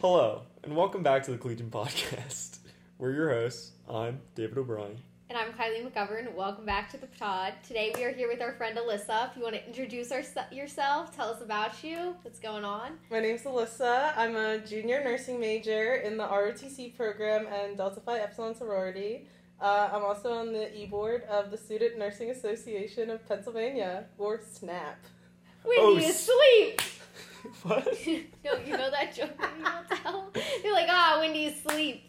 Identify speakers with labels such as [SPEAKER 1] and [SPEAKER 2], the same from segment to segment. [SPEAKER 1] Hello, and welcome back to the Collegian Podcast. We're your hosts. I'm David O'Brien.
[SPEAKER 2] And I'm Kylie McGovern. Welcome back to the pod. Today we are here with our friend Alyssa. If you want to introduce our, yourself, tell us about you, what's going on.
[SPEAKER 3] My name's Alyssa. I'm a junior nursing major in the ROTC program and Delta Phi Epsilon sorority. Uh, I'm also on the e board of the Student Nursing Association of Pennsylvania, or SNAP.
[SPEAKER 2] When
[SPEAKER 1] Oh,
[SPEAKER 2] do you
[SPEAKER 1] s-
[SPEAKER 2] sleep?
[SPEAKER 1] What?
[SPEAKER 2] no, you know that joke that you don't tell? You're like, ah, when do you sleep?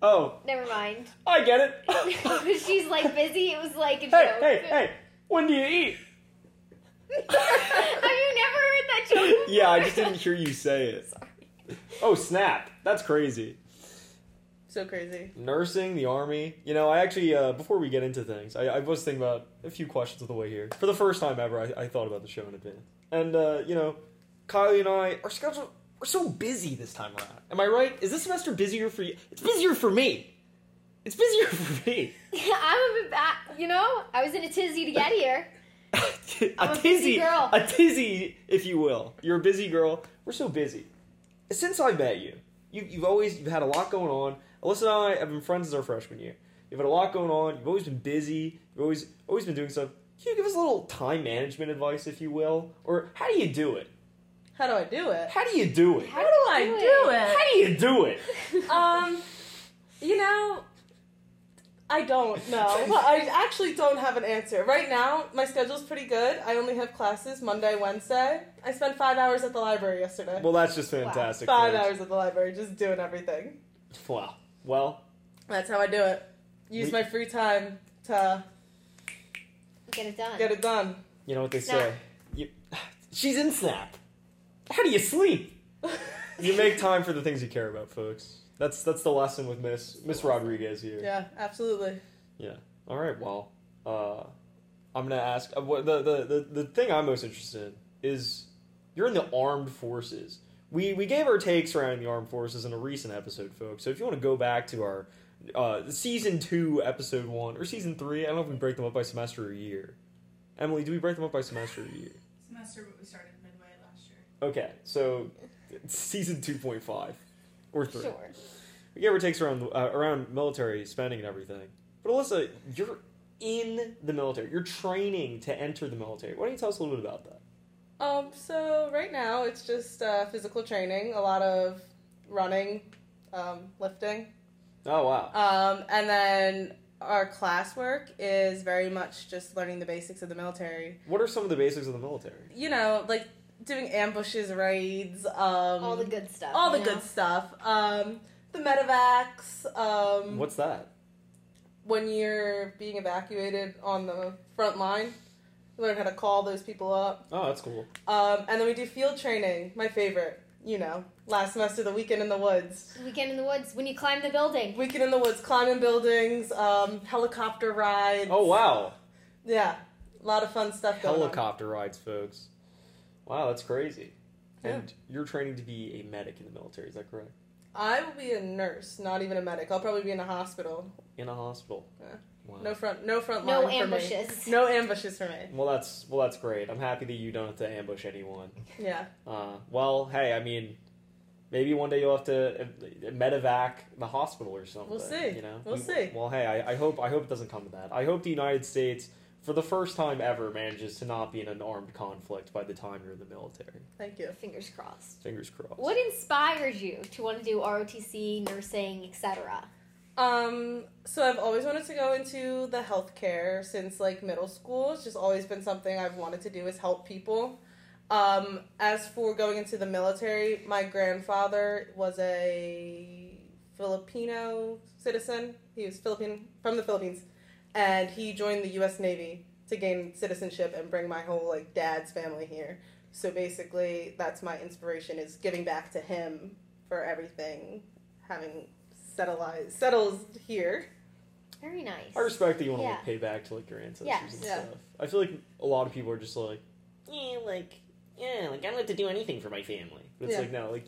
[SPEAKER 1] Oh,
[SPEAKER 2] Never mind.
[SPEAKER 1] I get it.
[SPEAKER 2] She's like busy. It was like a
[SPEAKER 1] hey,
[SPEAKER 2] joke.
[SPEAKER 1] hey, hey! When do you eat?
[SPEAKER 2] Have you never heard that joke?
[SPEAKER 1] Yeah, I just didn't hear you say it.
[SPEAKER 2] Sorry.
[SPEAKER 1] Oh, snap! That's crazy.
[SPEAKER 3] So crazy.
[SPEAKER 1] Nursing, the army. You know, I actually uh, before we get into things, I, I was thinking about a few questions of the way here. For the first time ever, I, I thought about the show in advance, and uh, you know, Kylie and I, our schedules are so busy this time around. Am I right? Is this semester busier for you? It's busier for me. It's busier for me.
[SPEAKER 2] I'm a bit back. You know, I was in a tizzy to get here.
[SPEAKER 1] a
[SPEAKER 2] I'm a
[SPEAKER 1] tizzy
[SPEAKER 2] busy girl.
[SPEAKER 1] a tizzy, if you will. You're a busy girl. We're so busy. Since I met you, you you've always you've had a lot going on. Alyssa and I have been friends since our freshman year. You've had a lot going on. You've always been busy. You've always always been doing stuff. Can you give us a little time management advice, if you will, or how do you do it?
[SPEAKER 3] How do I do it?
[SPEAKER 1] How do you do it?
[SPEAKER 2] How
[SPEAKER 3] do I do it?
[SPEAKER 1] How do you do it?
[SPEAKER 3] Um, you know, I don't know. Well, I actually don't have an answer. Right now, my schedule's pretty good. I only have classes Monday, Wednesday. I spent five hours at the library yesterday.
[SPEAKER 1] Well, that's just fantastic.
[SPEAKER 3] five
[SPEAKER 1] folks.
[SPEAKER 3] hours at the library, just doing everything.
[SPEAKER 1] Wow. Well,
[SPEAKER 3] That's how I do it. Use
[SPEAKER 1] We-
[SPEAKER 3] my free time to
[SPEAKER 2] Get it done.
[SPEAKER 3] get it done.
[SPEAKER 1] you know what they
[SPEAKER 2] Snap.
[SPEAKER 1] say. You, she's in snap. How do you sleep? You make time for the things you care about, folks. That's that's the lesson with Miss Miss Rodriguez here.
[SPEAKER 3] yeah, absolutely.
[SPEAKER 1] Yeah. All right. Well, uh, I'm gonna ask. Uh, what the, the the the thing I'm most interested in is you're in the armed forces. We we gave our takes around the armed forces in a recent episode, folks. So if you want to go back to our uh, season two, episode one, or season three, I don't know if we break them up by semester or year. Emily, do we break them up by semester or year?
[SPEAKER 4] semester, but we started midway last year.
[SPEAKER 1] Okay, so season two point five or three.
[SPEAKER 2] Sure.
[SPEAKER 1] Yeah, it takes around uh, around military spending and everything. But Alyssa, you're in the military. You're training to enter the military. Why don't you tell us a little bit about that?
[SPEAKER 3] Um, so right now it's just uh, physical training, a lot of running, um, lifting,
[SPEAKER 1] Oh wow.
[SPEAKER 3] um, and then our classwork is very much just learning the basics of the military.
[SPEAKER 1] What are some of the basics of the military?
[SPEAKER 3] You know, like doing ambushes, raids, um, all
[SPEAKER 2] All the good stuff.
[SPEAKER 3] all the
[SPEAKER 2] you know?
[SPEAKER 3] good stuff. Um, the medevacs. Um,
[SPEAKER 1] What's that?
[SPEAKER 3] when you're being evacuated on the front line. You learn how to call those people up.
[SPEAKER 1] Oh, that's cool.
[SPEAKER 3] Um, and then we do field training, my favorite. You know, last semester, the weekend in the woods.
[SPEAKER 2] Weekend in the woods when you climb the building.
[SPEAKER 3] Weekend in the woods, climbing buildings, um, helicopter rides.
[SPEAKER 1] Oh wow.
[SPEAKER 3] Yeah, a lot of fun stuff going on.
[SPEAKER 1] Helicopter rides, folks. Wow, that's crazy. And you're training to be a medic in the military, is that correct?
[SPEAKER 3] I will be a nurse, not even a medic. I'll probably be in a hospital.
[SPEAKER 1] In a hospital.
[SPEAKER 3] Yeah.
[SPEAKER 1] Wow.
[SPEAKER 3] No front, no front line
[SPEAKER 2] No
[SPEAKER 3] for me.
[SPEAKER 2] ambushes.
[SPEAKER 3] No ambushes for me.
[SPEAKER 1] Well, that's well, that's great. I'm happy that you don't have to ambush anyone.
[SPEAKER 3] Yeah,
[SPEAKER 1] Uh, well, hey, I mean, maybe one day you'll have to uh, medevac the hospital or something.
[SPEAKER 3] We'll see.
[SPEAKER 1] You know,
[SPEAKER 3] We'll
[SPEAKER 1] We-
[SPEAKER 3] see.
[SPEAKER 1] Well, hey, I, I hope I hope it doesn't come to that. I hope the United States, for the first time ever, manages to not be in an armed conflict by the time you're in the military.
[SPEAKER 3] thank you.
[SPEAKER 2] Fingers crossed.
[SPEAKER 1] Fingers crossed.
[SPEAKER 2] What inspires you to want to do ROTC, nursing, etc.?
[SPEAKER 3] Um, so I've always wanted to go into the healthcare since like middle school. It's just always been something I've wanted to do is help people. Um, as for going into the military, my grandfather was a Filipino citizen. He was Philippine from the Philippines, and he joined the U.S. Navy to gain citizenship and bring my whole like dad's family here. So basically, that's my inspiration is giving back to him for everything, having settleized settles here.
[SPEAKER 2] Very nice.
[SPEAKER 1] I respect that you want to like
[SPEAKER 2] Yeah.
[SPEAKER 1] pay back to like your ancestors
[SPEAKER 2] Yes.
[SPEAKER 1] and
[SPEAKER 3] Yeah.
[SPEAKER 1] stuff. I feel like a lot of people are just like, yeah, like yeah, like I don't have to do anything for my family. But it's
[SPEAKER 3] Yeah.
[SPEAKER 1] like no, like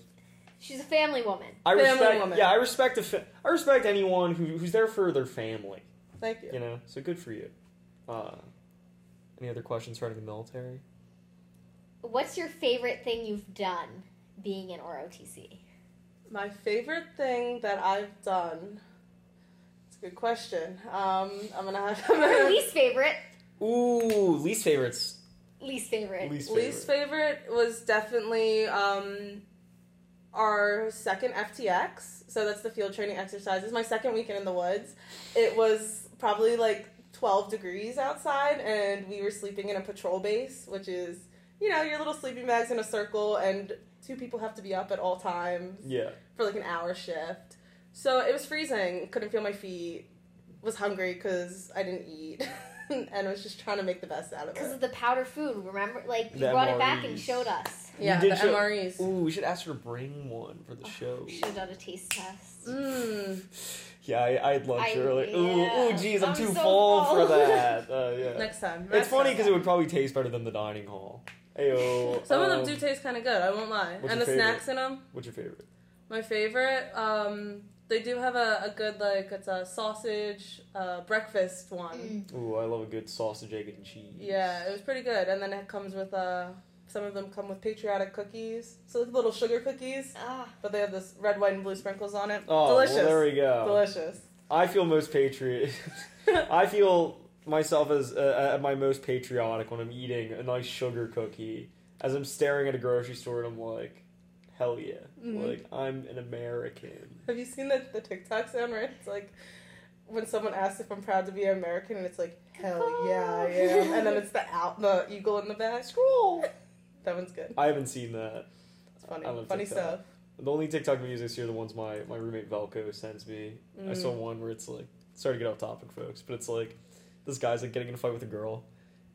[SPEAKER 2] She's a family woman.
[SPEAKER 1] I
[SPEAKER 3] Family
[SPEAKER 1] respect.
[SPEAKER 3] woman.
[SPEAKER 1] Yeah, I respect. A fa- I respect anyone who, who's there for their family.
[SPEAKER 3] Thank you.
[SPEAKER 1] You know, so good for you. Uh, any other questions regarding the military?
[SPEAKER 2] What's your favorite thing you've done being in ROTC?
[SPEAKER 3] My favorite thing that I've done. It's a good question. Um, I'm gonna have I'm
[SPEAKER 2] Your
[SPEAKER 3] gonna-
[SPEAKER 2] least favorite.
[SPEAKER 1] Ooh, least favorites.
[SPEAKER 2] Least favorite.
[SPEAKER 1] Least favorite.
[SPEAKER 3] least favorite was definitely um, our second FTX. So that's the field training exercises. My second weekend in the woods. It was probably like 12 degrees outside, and we were sleeping in a patrol base, which is you know your little sleeping bags in a circle, and two people have to be up at all times
[SPEAKER 1] yeah.
[SPEAKER 3] for like an hour shift. So it was freezing. Couldn't feel my feet. Was hungry because I didn't eat, and I was just trying to make the best out of
[SPEAKER 2] Because
[SPEAKER 3] it.
[SPEAKER 2] of the powder food, remember? Like, you
[SPEAKER 1] The
[SPEAKER 2] brought it back
[SPEAKER 1] MREs.
[SPEAKER 2] and showed us.
[SPEAKER 1] You did show-
[SPEAKER 3] MREs.
[SPEAKER 1] Ooh, we should ask her to bring one for
[SPEAKER 3] Oh,
[SPEAKER 1] the show.
[SPEAKER 2] Should have done a taste test.
[SPEAKER 3] Mm.
[SPEAKER 1] Yeah, I, I had lunch
[SPEAKER 2] I-
[SPEAKER 1] earlier. Ooh, ooh,
[SPEAKER 2] yeah.
[SPEAKER 1] geez, I'm,
[SPEAKER 2] I'm
[SPEAKER 1] too
[SPEAKER 2] so
[SPEAKER 1] full
[SPEAKER 2] full.
[SPEAKER 1] for that. Uh, yeah.
[SPEAKER 3] Next time.
[SPEAKER 1] It's
[SPEAKER 3] Next
[SPEAKER 1] funny
[SPEAKER 3] time.
[SPEAKER 1] because it would probably taste better than the dining hall. Ayo.
[SPEAKER 3] some of them
[SPEAKER 1] um,
[SPEAKER 3] do taste kind of good. I won't lie.
[SPEAKER 1] what's
[SPEAKER 3] and the
[SPEAKER 1] your favorite?
[SPEAKER 3] snacks in them,
[SPEAKER 1] What's your favorite?
[SPEAKER 3] my favorite. Um, they do have a, a good like it's a sausage uh, breakfast one.
[SPEAKER 2] Mm.
[SPEAKER 1] Ooh, I love a good sausage, egg, and cheese.
[SPEAKER 3] Yeah, it was pretty good. And then it comes with uh, some of them come with patriotic cookies, so like little sugar cookies,
[SPEAKER 2] Ah,
[SPEAKER 3] but they have this red, white, and blue sprinkles on it.
[SPEAKER 1] Oh,
[SPEAKER 3] Delicious.
[SPEAKER 1] Well, there we go.
[SPEAKER 3] Delicious.
[SPEAKER 1] I feel most patriot. I feel myself as uh, at my most patriotic when I'm eating a nice sugar cookie, as I'm staring at a grocery store and I'm like, hell yeah,
[SPEAKER 3] Mhm.
[SPEAKER 1] like I'm an American.
[SPEAKER 3] Have you seen the, the TikTok sound right? It's like when someone asks if I'm proud to be American, and it's like hell yeah I am,
[SPEAKER 1] Oh.
[SPEAKER 3] and then it's the out the eagle in the back. Scroll. That one's good.
[SPEAKER 1] I haven't seen that.
[SPEAKER 3] It's funny.
[SPEAKER 1] I love
[SPEAKER 3] funny
[SPEAKER 1] TikTok.
[SPEAKER 3] stuff.
[SPEAKER 1] The only TikTok videos I see are the ones my my roommate Velko sends me. I saw
[SPEAKER 3] Mm,
[SPEAKER 1] one where it's like, sorry to get off topic, folks, but it's like this guy's like getting in a fight with a girl.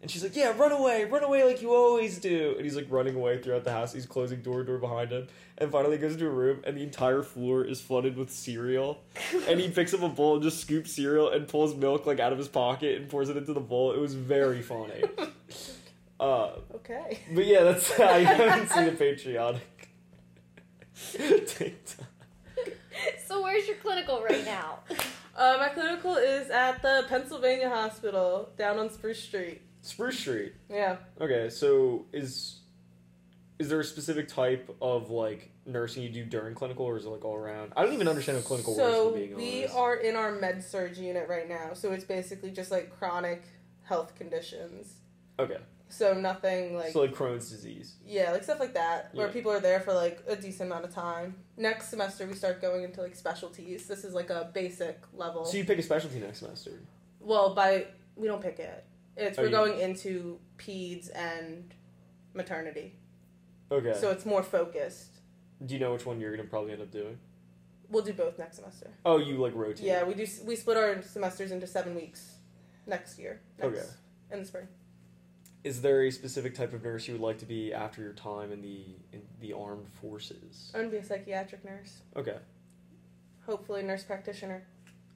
[SPEAKER 1] And she's like, "Yeah, run away, run away, like you always do." And he's like running away throughout the house. He's closing door, door behind him, and finally goes into a room, and the entire floor is flooded with cereal. and he picks up a bowl and just scoops cereal and pulls milk like out of his pocket and pours it into the bowl. It was very funny. uh,
[SPEAKER 3] Okay.
[SPEAKER 1] but yeah, that's I haven't seen a patriotic TikTok.
[SPEAKER 2] so where's your clinical right now?
[SPEAKER 3] Uh, my clinical is at the Pennsylvania Hospital down on Spruce Street.
[SPEAKER 1] Spruce Street.
[SPEAKER 3] Yeah.
[SPEAKER 1] Okay, so is is there a specific type of like nursing you do during clinical, or is it like all around? I don't even understand what clinical
[SPEAKER 3] So
[SPEAKER 1] works. if I'm Being
[SPEAKER 3] we
[SPEAKER 1] honest.
[SPEAKER 3] are in our med surge unit right now, so it's basically just like chronic health conditions.
[SPEAKER 1] okay.
[SPEAKER 3] So nothing like
[SPEAKER 1] so like Crohn's disease.
[SPEAKER 3] Yeah, like stuff like that, where
[SPEAKER 1] Yeah.
[SPEAKER 3] people are there for like a decent amount of time. Next semester, we start going into like specialties. This is like a basic level.
[SPEAKER 1] So you pick a specialty next semester.
[SPEAKER 3] well, by we don't pick it. It's
[SPEAKER 1] Oh,
[SPEAKER 3] we're
[SPEAKER 1] you-
[SPEAKER 3] going into peds and maternity,
[SPEAKER 1] Okay.
[SPEAKER 3] so it's more focused.
[SPEAKER 1] do you know which one you're gonna probably end up doing?
[SPEAKER 3] We'll do both next semester.
[SPEAKER 1] Oh, you like rotate.
[SPEAKER 3] Yeah, we do. s- We split our semesters into seven weeks next year. Next,
[SPEAKER 1] Okay.
[SPEAKER 3] In the spring.
[SPEAKER 1] Is there a specific type of nurse you would like to be after your time in the in the armed forces?
[SPEAKER 3] I'm gonna be a psychiatric nurse.
[SPEAKER 1] Okay.
[SPEAKER 3] Hopefully, nurse practitioner.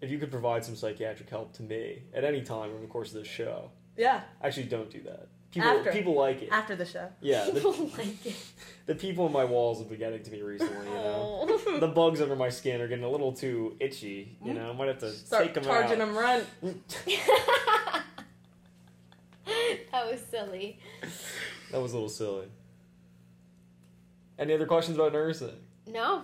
[SPEAKER 1] If you could provide some psychiatric help to me at any time over the course of this show,
[SPEAKER 3] Yeah.
[SPEAKER 1] actually don't do that. People
[SPEAKER 3] After.
[SPEAKER 1] people like it.
[SPEAKER 3] After the show.
[SPEAKER 1] Yeah. the-
[SPEAKER 2] People like it.
[SPEAKER 1] The people in my walls have been getting to me recently, you know.
[SPEAKER 2] Oh.
[SPEAKER 1] the bugs under my skin are getting a little too itchy, you know. I might have to
[SPEAKER 3] Start
[SPEAKER 1] take them
[SPEAKER 3] charging
[SPEAKER 1] out.
[SPEAKER 3] them rent.
[SPEAKER 2] that was silly.
[SPEAKER 1] that was a little silly. Any other questions about nursing?
[SPEAKER 2] No.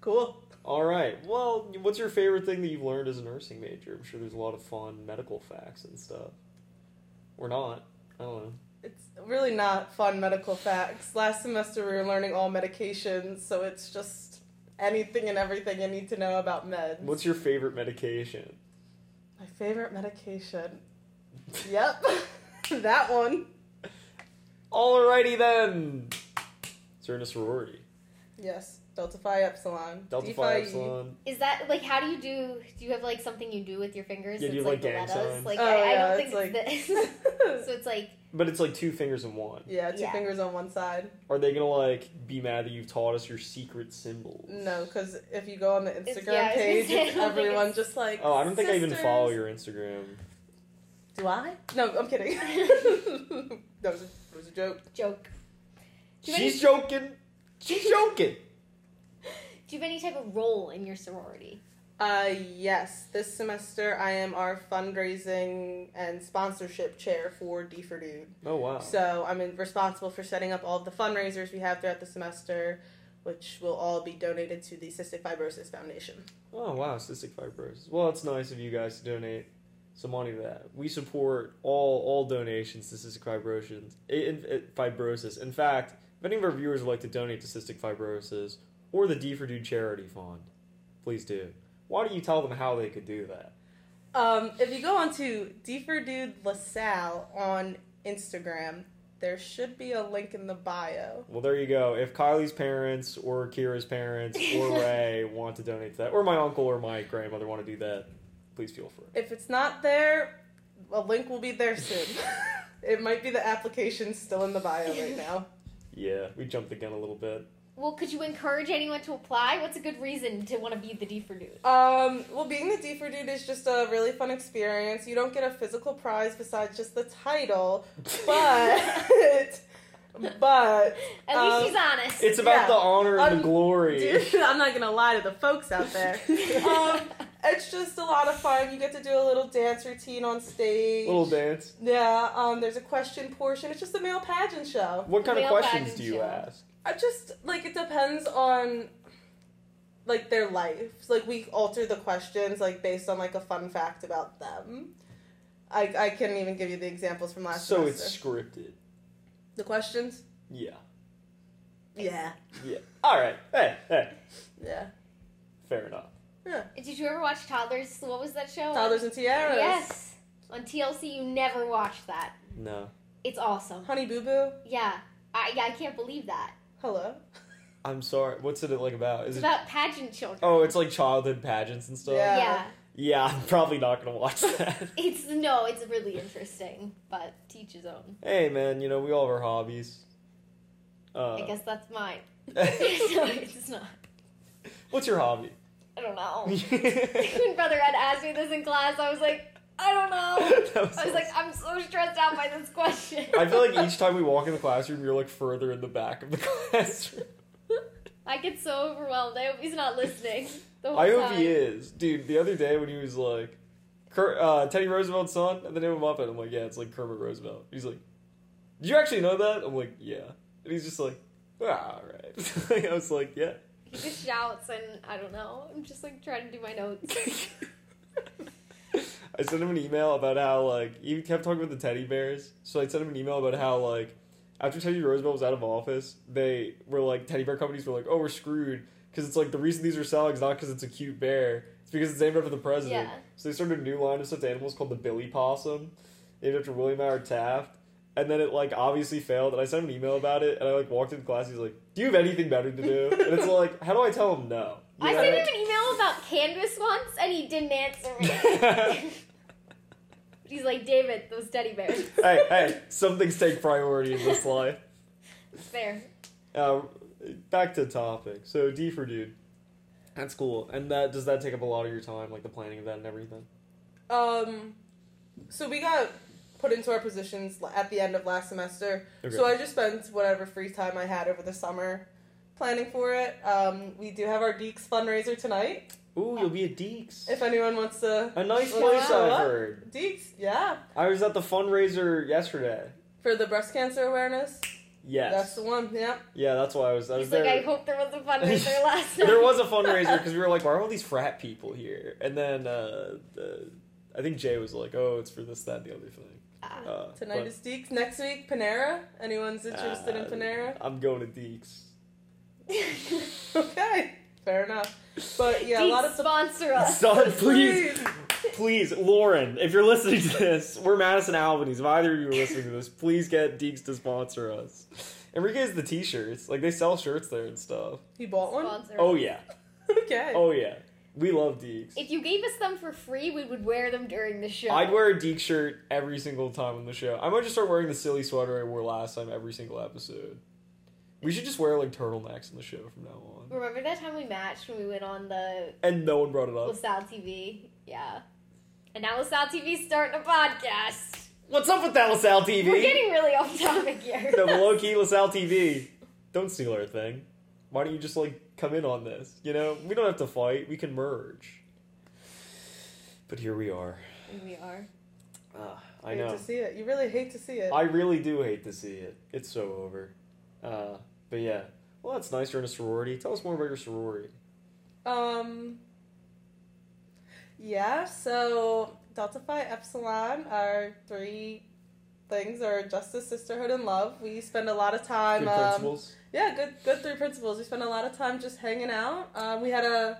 [SPEAKER 3] Cool.
[SPEAKER 1] All right. Well, what's your favorite thing that you've learned as a nursing major? I'm sure there's a lot of fun medical facts and stuff. Or not. I don't know.
[SPEAKER 3] It's really not fun medical facts. Last semester we were learning all medications, so it's just anything and everything you need to know about meds.
[SPEAKER 1] What's your favorite medication?
[SPEAKER 3] my favorite medication? Yep, that one.
[SPEAKER 1] Alrighty then. So you're in a sorority.
[SPEAKER 3] Yes, Delta Phi Epsilon.
[SPEAKER 1] Delta
[SPEAKER 3] D
[SPEAKER 1] Phi
[SPEAKER 3] Phi E.
[SPEAKER 1] Epsilon.
[SPEAKER 2] Is that like how do you do? Do you have like something you do with your fingers?
[SPEAKER 1] Yeah, do you
[SPEAKER 2] It's
[SPEAKER 1] have,
[SPEAKER 2] like the
[SPEAKER 1] like, gang
[SPEAKER 2] letters.
[SPEAKER 1] signs?
[SPEAKER 2] Like
[SPEAKER 3] Oh,
[SPEAKER 2] I, I
[SPEAKER 3] yeah,
[SPEAKER 2] don't think
[SPEAKER 3] it's
[SPEAKER 2] it's this. so it's like
[SPEAKER 1] But it's like two fingers in one.
[SPEAKER 3] yeah, two
[SPEAKER 2] Yeah.
[SPEAKER 3] fingers on one side.
[SPEAKER 1] Are they gonna like be mad that you've taught us your secret symbols?
[SPEAKER 3] No, because if you go on the
[SPEAKER 2] It's-
[SPEAKER 3] Instagram
[SPEAKER 2] yeah, I was gonna
[SPEAKER 3] page,
[SPEAKER 2] say, I
[SPEAKER 3] it's
[SPEAKER 2] don't think
[SPEAKER 3] everyone
[SPEAKER 2] it's-
[SPEAKER 3] just like.
[SPEAKER 1] Oh, I don't think I even
[SPEAKER 3] "Sisters."
[SPEAKER 1] follow your Instagram.
[SPEAKER 3] Do I? No, I'm kidding. that was a, that was a joke.
[SPEAKER 2] joke. Do you, have
[SPEAKER 1] She's joking. She's joking.
[SPEAKER 2] any, do you have any type of role in your sorority?
[SPEAKER 3] Uh, yes. This semester I am our fundraising and sponsorship chair for D for Dude.
[SPEAKER 1] Oh wow.
[SPEAKER 3] So I'm in, responsible for setting up all of the fundraisers we have throughout the semester. which will all be donated to the Cystic Fibrosis Foundation.
[SPEAKER 1] Oh wow, cystic fibrosis. Well, it's nice of you guys to donate some money to that. We support all all donations to cystic fibrosis. In, in- fibrosis. In fact, if any of our viewers would like to donate to cystic fibrosis or the D for Dude charity fund, please do. Why don't you tell them how they could do that?
[SPEAKER 3] Um, if you go on to Dude LaSalle on Instagram, there should be a link in the bio.
[SPEAKER 1] Well, there you go. If Kylie's parents or Kira's parents or Ray want to donate to that, or my uncle or my grandmother want to do that, please feel free.
[SPEAKER 3] If it's not there, a link will be there soon. it might be the application still in the bio right now.
[SPEAKER 1] Yeah, we jumped the gun a little bit.
[SPEAKER 2] Well, could you encourage anyone to apply? What's a good reason to want to be the D for dude?
[SPEAKER 3] Um, well, being the D for Dude is just a really fun experience. You don't get a physical prize besides just the title, but but
[SPEAKER 2] At
[SPEAKER 3] Um,
[SPEAKER 2] least he's honest.
[SPEAKER 1] It's about
[SPEAKER 3] Yeah.
[SPEAKER 1] the honor and
[SPEAKER 3] Um,
[SPEAKER 1] the glory.
[SPEAKER 3] Dude, I'm not gonna lie to the folks out there. Um, it's just a lot of fun. You get to do a little dance routine on stage.
[SPEAKER 1] Little dance.
[SPEAKER 3] Yeah. Um, there's a question portion. It's just a male pageant show.
[SPEAKER 1] What kind of
[SPEAKER 2] Real
[SPEAKER 1] questions
[SPEAKER 2] pageant
[SPEAKER 1] do you
[SPEAKER 2] show.
[SPEAKER 1] ask?
[SPEAKER 3] I just like it depends on like their lives. Like we alter the questions like based on like a fun fact about them. I I couldn't even give you the examples from last.
[SPEAKER 1] so
[SPEAKER 3] semester.
[SPEAKER 1] it's scripted.
[SPEAKER 3] the questions.
[SPEAKER 1] Yeah.
[SPEAKER 3] Yeah.
[SPEAKER 1] Yeah. All right. Hey, hey.
[SPEAKER 3] Yeah.
[SPEAKER 1] Fair enough.
[SPEAKER 2] Did you ever watch Toddlers? What was that show?
[SPEAKER 3] Toddlers and tiaras.
[SPEAKER 2] Yes. On TLC, you never watched that.
[SPEAKER 1] No.
[SPEAKER 2] It's awesome.
[SPEAKER 3] Honey Boo Boo.
[SPEAKER 2] Yeah. I, I can't believe that.
[SPEAKER 3] Hello.
[SPEAKER 1] I'm sorry. What's it like about? Is
[SPEAKER 2] It's
[SPEAKER 1] it?
[SPEAKER 2] about pageant children.
[SPEAKER 1] oh, it's like childhood pageants and stuff.
[SPEAKER 3] Yeah.
[SPEAKER 2] yeah.
[SPEAKER 1] Yeah, I'm probably not gonna watch that.
[SPEAKER 2] It's no, it's really interesting, but teach his own.
[SPEAKER 1] hey, man. You know we all have our hobbies. Uh,
[SPEAKER 2] I guess that's mine. no, it's not.
[SPEAKER 1] what's your hobby?
[SPEAKER 2] I don't know.
[SPEAKER 1] that
[SPEAKER 2] When Brother Ed asked me this in class, I was like, I don't know.
[SPEAKER 1] was
[SPEAKER 2] I was like, I'm so stressed out by this question.
[SPEAKER 1] I feel like each time we walk in the classroom, you're like further in the back of the classroom.
[SPEAKER 2] I get so overwhelmed. I hope he's not listening. The whole
[SPEAKER 1] I hope
[SPEAKER 2] time.
[SPEAKER 1] he is, dude. The other day when he was like, Ker- uh, "Teddy Roosevelt's son," and then him up, and I'm like, "Yeah, it's like Kermit Roosevelt." He's like, "Do you actually know that?" I'm like, "Yeah," and he's just like, "Ah, "All right." I was like, "Yeah."
[SPEAKER 2] He just shouts, and I don't know. I'm just like trying to do my notes.
[SPEAKER 1] I sent him an email about how like he kept talking about the teddy bears, so I sent him an email about how like after Teddy Roosevelt was out of office, they were like teddy bear companies were like, "Oh, we're screwed," because it's like the reason these are selling is not because it's a cute bear, it's because it's named after the president.
[SPEAKER 2] Yeah.
[SPEAKER 1] So they started a new line of stuffed animals called the Billy Possum, named after William Howard Taft. And then it like obviously failed, and I sent him an email about it, and I like walked into class. He's like, "Do you have anything better to do?" And it's like, how do I tell him no? You
[SPEAKER 2] I
[SPEAKER 1] know?
[SPEAKER 2] sent him an email about Canvas once, and he didn't answer me. He's like, David, those teddy bears.
[SPEAKER 1] hey, hey, some things take priority in this life.
[SPEAKER 2] It's fair.
[SPEAKER 1] Uh, back to topic. So D for dude. That's cool. And that does that take up a lot of your time, like the planning of that and everything?
[SPEAKER 3] Um, so we got put into our positions l- at the end of last semester.
[SPEAKER 1] Okay.
[SPEAKER 3] So I just spent whatever free time I had over the summer planning for it. Um, we do have our Deeks fundraiser tonight.
[SPEAKER 1] Ooh, you'll be at Deeks.
[SPEAKER 3] If anyone wants to,
[SPEAKER 1] A nice
[SPEAKER 3] Well,
[SPEAKER 1] place
[SPEAKER 3] yeah.
[SPEAKER 1] I've heard.
[SPEAKER 3] Deeks, yeah,
[SPEAKER 1] I was at the fundraiser yesterday.
[SPEAKER 3] for the breast cancer awareness.
[SPEAKER 1] Yes.
[SPEAKER 3] That's the one. Yeah.
[SPEAKER 1] yeah, that's why I was. I was
[SPEAKER 2] He's
[SPEAKER 1] there.
[SPEAKER 2] like, I hope there was a fundraiser last night.
[SPEAKER 1] there was a fundraiser because we were like, why are all these frat people here? And then uh, the, I think Jay was like, oh, it's for this, that, and the other thing.
[SPEAKER 2] Ah,
[SPEAKER 1] Uh,
[SPEAKER 3] Tonight
[SPEAKER 1] but,
[SPEAKER 3] is Deeks. Next week, Panera. Anyone's interested in
[SPEAKER 1] uh,
[SPEAKER 3] Panera?
[SPEAKER 1] I'm going to Deeks.
[SPEAKER 3] Okay, fair enough. But yeah, a lot
[SPEAKER 2] Dean,
[SPEAKER 3] of
[SPEAKER 2] sponsor us.
[SPEAKER 1] Son, please, Please, Lauren, if you're listening to this, we're Madison Albanese. If either of you are listening to this, please get Deeks to sponsor us. Enrique has the t-shirts. Like, they sell shirts there and stuff.
[SPEAKER 3] He bought one.
[SPEAKER 2] Sponsor
[SPEAKER 1] Oh,
[SPEAKER 2] us.
[SPEAKER 1] yeah.
[SPEAKER 3] Okay.
[SPEAKER 1] Oh, yeah. We love Deeks.
[SPEAKER 2] If you gave us them for free, we would wear them during the show.
[SPEAKER 1] I'd wear a Deek shirt every single time on the show. I might just start wearing the silly sweater I wore last time every single episode. We should just wear, like, turtlenecks on the show from now on.
[SPEAKER 2] Remember that time we matched when we went on the
[SPEAKER 1] And no one brought it up.
[SPEAKER 2] LaSalle TV? Yeah. And now LaSalle TV's starting a podcast.
[SPEAKER 1] What's up with that LaSalle TV?
[SPEAKER 2] We're getting really off topic here.
[SPEAKER 1] No, but low key LaSalle TV, don't steal our thing. Why don't you just like come in on this? You know, we don't have to fight. We can merge. But here we are.
[SPEAKER 2] Here we are.
[SPEAKER 1] Ah,
[SPEAKER 3] You
[SPEAKER 1] I
[SPEAKER 3] hate
[SPEAKER 1] know.
[SPEAKER 3] to see it. You really hate to see it.
[SPEAKER 1] I really do hate to see it. It's so over. Uh, but yeah, Well, that's nice. You're in a sorority. Tell us more about your sorority.
[SPEAKER 3] Um. Yeah, so Delta Phi Epsilon, our three things are justice, sisterhood, and love. We spend a lot of time.
[SPEAKER 1] Good
[SPEAKER 3] um,
[SPEAKER 1] principles.
[SPEAKER 3] Yeah, good, good three principles. We spent a lot of time just hanging out. Um, we had a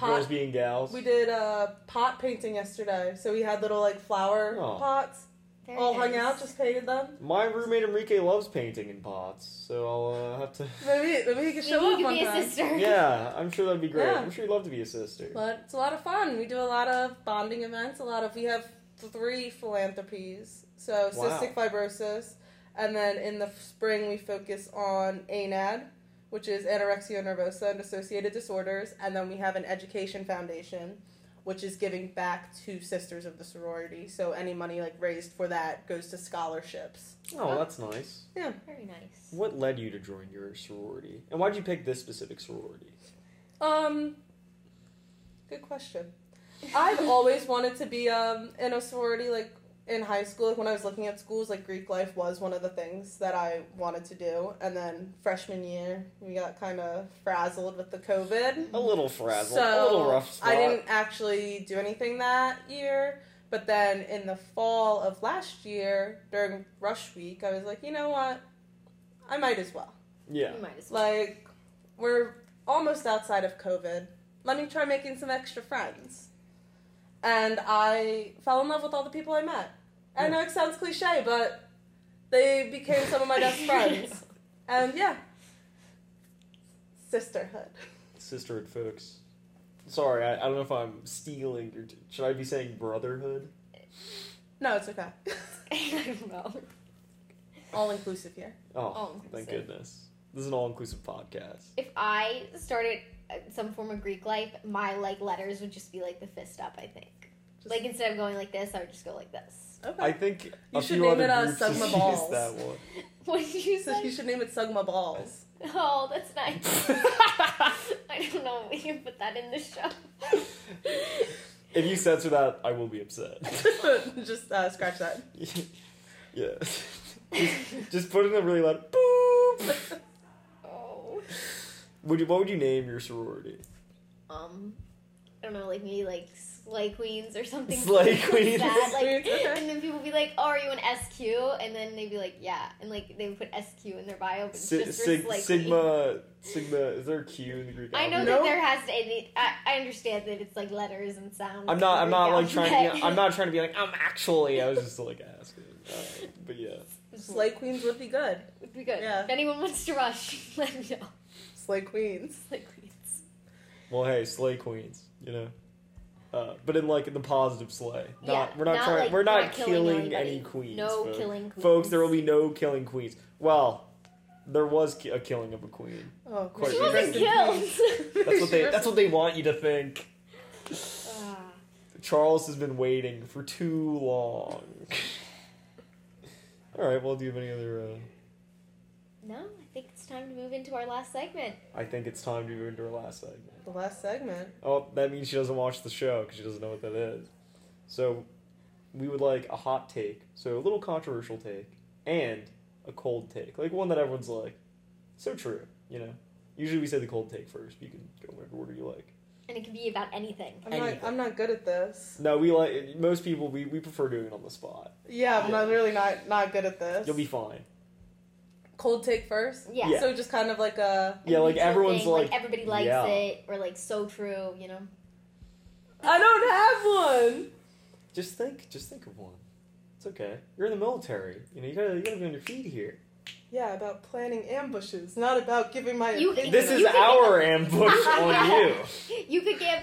[SPEAKER 1] Girls
[SPEAKER 3] pot.
[SPEAKER 1] being gals.
[SPEAKER 3] We did a pot painting yesterday, so we had little like flower
[SPEAKER 1] Oh.
[SPEAKER 3] pots,
[SPEAKER 2] There
[SPEAKER 3] all
[SPEAKER 2] it
[SPEAKER 3] hung
[SPEAKER 2] is.
[SPEAKER 3] out, just painted them.
[SPEAKER 1] My roommate Enrique loves painting in pots, so I'll uh, have to.
[SPEAKER 3] Maybe maybe he could
[SPEAKER 2] You
[SPEAKER 3] show
[SPEAKER 2] need
[SPEAKER 3] up
[SPEAKER 2] to
[SPEAKER 3] one
[SPEAKER 2] be a
[SPEAKER 3] time.
[SPEAKER 2] sister.
[SPEAKER 1] yeah, I'm sure that'd be great.
[SPEAKER 3] Yeah.
[SPEAKER 1] I'm sure you'd love to be a sister.
[SPEAKER 3] But it's a lot of fun. We do a lot of bonding events. A lot of we have three philanthropies. So
[SPEAKER 1] Wow.
[SPEAKER 3] cystic fibrosis, and then in the f- spring we focus on ANAD, which is anorexia nervosa and associated disorders, and then we have an education foundation, which is giving back to sisters of the sorority. So any money like raised for that goes to scholarships.
[SPEAKER 1] Oh, that's nice.
[SPEAKER 2] Very nice.
[SPEAKER 1] What led you to join your sorority, and why'd you pick this specific sorority?
[SPEAKER 3] Um, good question. I've always wanted to be um in a sorority. Like in high school, like when I was looking at schools, like Greek life was one of the things that I wanted to do. And then freshman year, we got kind of frazzled with the COVID.
[SPEAKER 1] A little frazzled, a
[SPEAKER 3] So,
[SPEAKER 1] little rough spot.
[SPEAKER 3] I didn't actually do anything that year. But then in the fall of last year, during rush week, I was like, you know what? I might as well.
[SPEAKER 1] Yeah.
[SPEAKER 2] You might as well.
[SPEAKER 3] Like, we're almost outside of COVID. Let me try making some extra friends. And I fell in love with all the people I met. I know it sounds cliche, but they became some of my best friends. And yeah, sisterhood.
[SPEAKER 1] Sisterhood, folks. Sorry, I, I don't know if I'm stealing. Your t- should I be saying brotherhood?
[SPEAKER 3] No, it's okay.
[SPEAKER 2] I don't know.
[SPEAKER 3] all inclusive here.
[SPEAKER 1] Oh,
[SPEAKER 2] All-inclusive.
[SPEAKER 1] thank goodness. This is an all-inclusive podcast.
[SPEAKER 2] If I started uh, some form of Greek life, my like letters would just be like the fist up. I think.
[SPEAKER 3] Just-
[SPEAKER 2] like instead of going like this, I would just go like this.
[SPEAKER 3] Okay.
[SPEAKER 1] I think
[SPEAKER 3] You
[SPEAKER 1] a
[SPEAKER 3] should
[SPEAKER 1] few
[SPEAKER 3] name
[SPEAKER 1] other
[SPEAKER 3] it, uh,
[SPEAKER 1] groups
[SPEAKER 3] Sugma
[SPEAKER 1] have
[SPEAKER 3] Balls.
[SPEAKER 1] used that one.
[SPEAKER 2] What did you
[SPEAKER 3] so
[SPEAKER 2] say?
[SPEAKER 3] you should name it Sugma Balls.
[SPEAKER 2] Oh, that's nice. I don't know if we can put that in the show.
[SPEAKER 1] If you censor that, I will be upset.
[SPEAKER 3] Just uh, scratch that.
[SPEAKER 1] yeah. just, just put in a really loud boop.
[SPEAKER 2] Oh.
[SPEAKER 1] Would you, what would you name your sorority?
[SPEAKER 2] Um, I don't know, like maybe like Slay Queens or something.
[SPEAKER 1] Slay
[SPEAKER 2] Sad,
[SPEAKER 1] Queens.
[SPEAKER 2] like,
[SPEAKER 3] Okay.
[SPEAKER 2] And then people would be like, "Oh, are you an SQ?" And then they'd be like, "Yeah," and like they would put SQ in their bio, but it's
[SPEAKER 1] Si-
[SPEAKER 2] just for
[SPEAKER 1] sig-
[SPEAKER 2] Slay Queen.
[SPEAKER 1] sigma. Sigma. Is there a Q in the Greek?
[SPEAKER 2] I know
[SPEAKER 1] alphabet?
[SPEAKER 2] that
[SPEAKER 3] No.
[SPEAKER 2] there has to. It, I, I understand that it's like letters and sounds.
[SPEAKER 1] I'm not. I'm
[SPEAKER 2] and
[SPEAKER 1] not like
[SPEAKER 2] alphabet.
[SPEAKER 1] trying. Yeah, I'm not trying to be like. I'm actually. I was just like asking. Alright, but yeah.
[SPEAKER 3] Slay Queens would be good.
[SPEAKER 2] Would be good.
[SPEAKER 3] Yeah.
[SPEAKER 2] If anyone wants to rush, let me know.
[SPEAKER 3] Slay Queens.
[SPEAKER 2] Slay Queens.
[SPEAKER 1] Well, hey, slay queens. You know. Uh, but in like in the positive slay, not
[SPEAKER 2] Yeah,
[SPEAKER 1] we're not,
[SPEAKER 2] not,
[SPEAKER 1] trying.
[SPEAKER 2] like,
[SPEAKER 1] we're not,
[SPEAKER 2] killing
[SPEAKER 1] killing,
[SPEAKER 2] anybody.
[SPEAKER 1] any queens.
[SPEAKER 2] No
[SPEAKER 1] folks.
[SPEAKER 2] killing queens.
[SPEAKER 1] folks. There will be no killing queens. Well, there was ki- a killing of a queen.
[SPEAKER 3] Oh,
[SPEAKER 1] Quite
[SPEAKER 2] She
[SPEAKER 1] Wait,
[SPEAKER 2] wasn't
[SPEAKER 1] rest in
[SPEAKER 2] killed.
[SPEAKER 1] That's what they. That's what they want you to think.
[SPEAKER 2] Ah.
[SPEAKER 1] Charles has been waiting for too long. All right. Well, do you have any other? Uh,
[SPEAKER 2] No, I think it's time to move into our last segment.
[SPEAKER 1] I think it's time to move into our last segment.
[SPEAKER 3] The last segment.
[SPEAKER 1] Oh, that means she doesn't watch the show because she doesn't know what that is. So, we would like a hot take, so a little controversial take, and a cold take, like one that everyone's like, so true, you know. Usually we say the cold take first. But you can go whatever order you like.
[SPEAKER 2] And it can be about anything.
[SPEAKER 3] I'm not,
[SPEAKER 1] Anything.
[SPEAKER 3] I'm not good at this.
[SPEAKER 1] No, we like most people. We, we prefer doing it on the spot.
[SPEAKER 3] Yeah, I'm
[SPEAKER 1] Yeah.
[SPEAKER 3] not really not not good at this.
[SPEAKER 1] You'll be fine.
[SPEAKER 3] cold take first.
[SPEAKER 2] Yeah.
[SPEAKER 1] Yeah.
[SPEAKER 3] So just kind of like a
[SPEAKER 2] A
[SPEAKER 1] yeah, like
[SPEAKER 2] neutral
[SPEAKER 1] everyone's
[SPEAKER 2] thing,
[SPEAKER 1] like,
[SPEAKER 2] everybody likes
[SPEAKER 1] yeah.
[SPEAKER 2] it, or like so true, you know?
[SPEAKER 3] I don't have one.
[SPEAKER 1] Just think, just think of one. It's okay. You're in the military. You know, you gotta you gotta be on your feet here.
[SPEAKER 3] Yeah, about planning ambushes, not about giving my
[SPEAKER 2] You-
[SPEAKER 3] opinion.
[SPEAKER 1] This is
[SPEAKER 2] You can-
[SPEAKER 1] our ambush on you.
[SPEAKER 2] You could give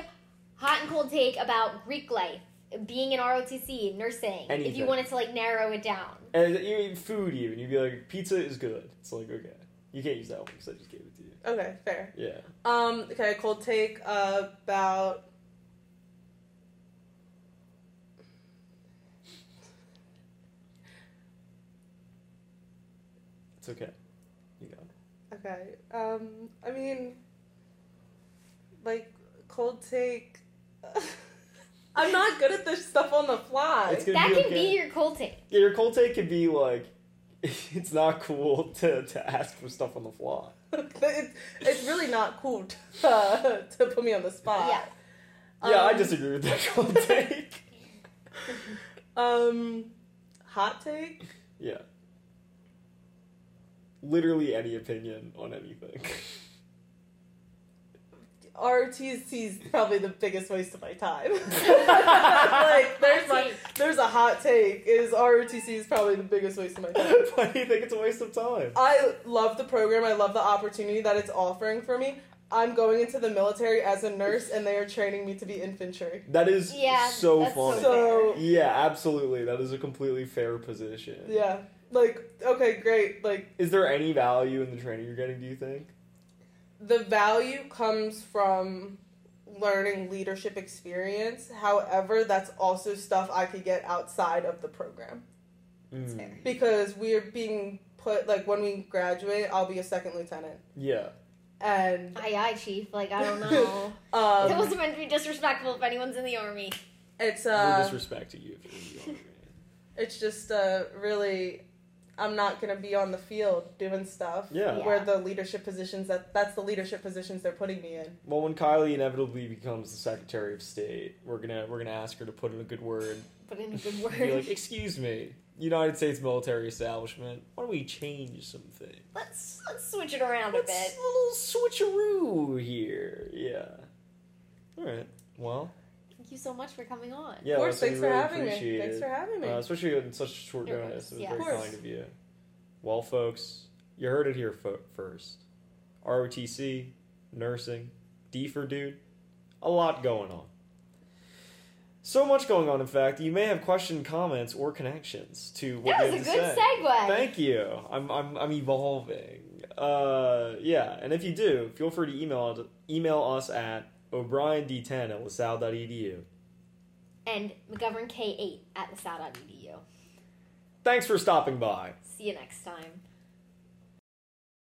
[SPEAKER 2] hot and cold take about Greek life, being in ROTC, nursing, if you
[SPEAKER 1] Anything.
[SPEAKER 2] wanted to like narrow it down.
[SPEAKER 1] And you eat food even. You'd be like, pizza is good. It's like, okay. You can't use that one because I just gave it to you.
[SPEAKER 3] okay, fair.
[SPEAKER 1] Yeah.
[SPEAKER 3] Um, okay, cold take about
[SPEAKER 1] It's okay. You got it.
[SPEAKER 3] okay. Um, I mean, like cold take. I'm not good at this stuff on the fly.
[SPEAKER 1] It's gonna
[SPEAKER 2] Uh, That
[SPEAKER 1] be
[SPEAKER 2] can
[SPEAKER 1] okay.
[SPEAKER 2] be your cold take.
[SPEAKER 1] Yeah, your cold take could be like, it's not cool to, to ask for stuff on the fly.
[SPEAKER 3] it, it's really not cool to, to put me on the spot.
[SPEAKER 2] Yeah.
[SPEAKER 1] yeah, I
[SPEAKER 3] Um,
[SPEAKER 1] disagree with that whole take.
[SPEAKER 3] Um, hot take.
[SPEAKER 1] Yeah. Literally any opinion on anything.
[SPEAKER 3] RTC is probably the biggest waste of my time. like, there's my, there's a hot take. Is ROTC is probably the biggest waste of my time.
[SPEAKER 1] Why do you think it's a waste of time?
[SPEAKER 3] I love the program. I love the opportunity that it's offering for me. I'm going into the military as a nurse, and they are training me to be infantry.
[SPEAKER 1] That is
[SPEAKER 2] Yeah,
[SPEAKER 1] so
[SPEAKER 2] that's
[SPEAKER 1] funny.
[SPEAKER 3] So-
[SPEAKER 1] yeah, absolutely. That is a completely fair position.
[SPEAKER 3] Yeah. Like, okay, great. Like,
[SPEAKER 1] Is there any value in the training you're getting, do you think?
[SPEAKER 3] the value comes from learning leadership experience. However, that's also stuff I could get outside of the program.
[SPEAKER 1] Mm,
[SPEAKER 2] fair.
[SPEAKER 3] because we are being put like when we graduate i'll be a second lieutenant
[SPEAKER 1] Yeah.
[SPEAKER 3] and
[SPEAKER 2] Aye, aye, chief. Like, I don't know. it
[SPEAKER 3] um
[SPEAKER 2] wasn't meant to be disrespectful if anyone's in the army.
[SPEAKER 3] it's
[SPEAKER 1] We're
[SPEAKER 3] uh
[SPEAKER 1] disrespecting you if you're in the army.
[SPEAKER 3] it's just uh really i'm not gonna be on the field doing stuff
[SPEAKER 1] Yeah.
[SPEAKER 2] Yeah.
[SPEAKER 3] where the leadership positions that that's the leadership positions they're putting me in
[SPEAKER 1] Well, when Kylie inevitably becomes the Secretary of State, we're gonna we're gonna ask her to put in a good word.
[SPEAKER 2] Put in a good
[SPEAKER 1] And be
[SPEAKER 2] word.
[SPEAKER 1] like, "Excuse me, United States military establishment. Why don't we change some things?
[SPEAKER 2] let's let's switch it around a
[SPEAKER 1] Let's
[SPEAKER 2] bit.
[SPEAKER 1] a little switcheroo here." Yeah. All right. Well,
[SPEAKER 2] Thank you so much for coming on.
[SPEAKER 1] yeah.
[SPEAKER 3] of course
[SPEAKER 1] listen, we
[SPEAKER 3] thanks for
[SPEAKER 1] really
[SPEAKER 3] having me
[SPEAKER 1] appreciate
[SPEAKER 3] thanks
[SPEAKER 1] it.
[SPEAKER 3] for having me
[SPEAKER 1] Uh, especially on such short
[SPEAKER 2] You're
[SPEAKER 1] notice. It was
[SPEAKER 2] welcome.
[SPEAKER 1] very
[SPEAKER 3] Yeah. Of course.
[SPEAKER 1] kind of you. Well, folks, you heard it here fo- first. ROTC, nursing, D for dude, a lot going on. So much going on, in fact, you may have question, comments, or connections to what
[SPEAKER 2] That
[SPEAKER 1] we
[SPEAKER 2] was a
[SPEAKER 1] have
[SPEAKER 2] good
[SPEAKER 1] to say.
[SPEAKER 2] segue.
[SPEAKER 1] Thank you. I'm I'm I'm evolving. Uh, yeah, and if you do, feel free to email email us at o'briend10 at E lasalle.edu.
[SPEAKER 2] and McGovern K8 at LaSalle.edu.
[SPEAKER 1] Thanks for stopping by.
[SPEAKER 2] See you next time.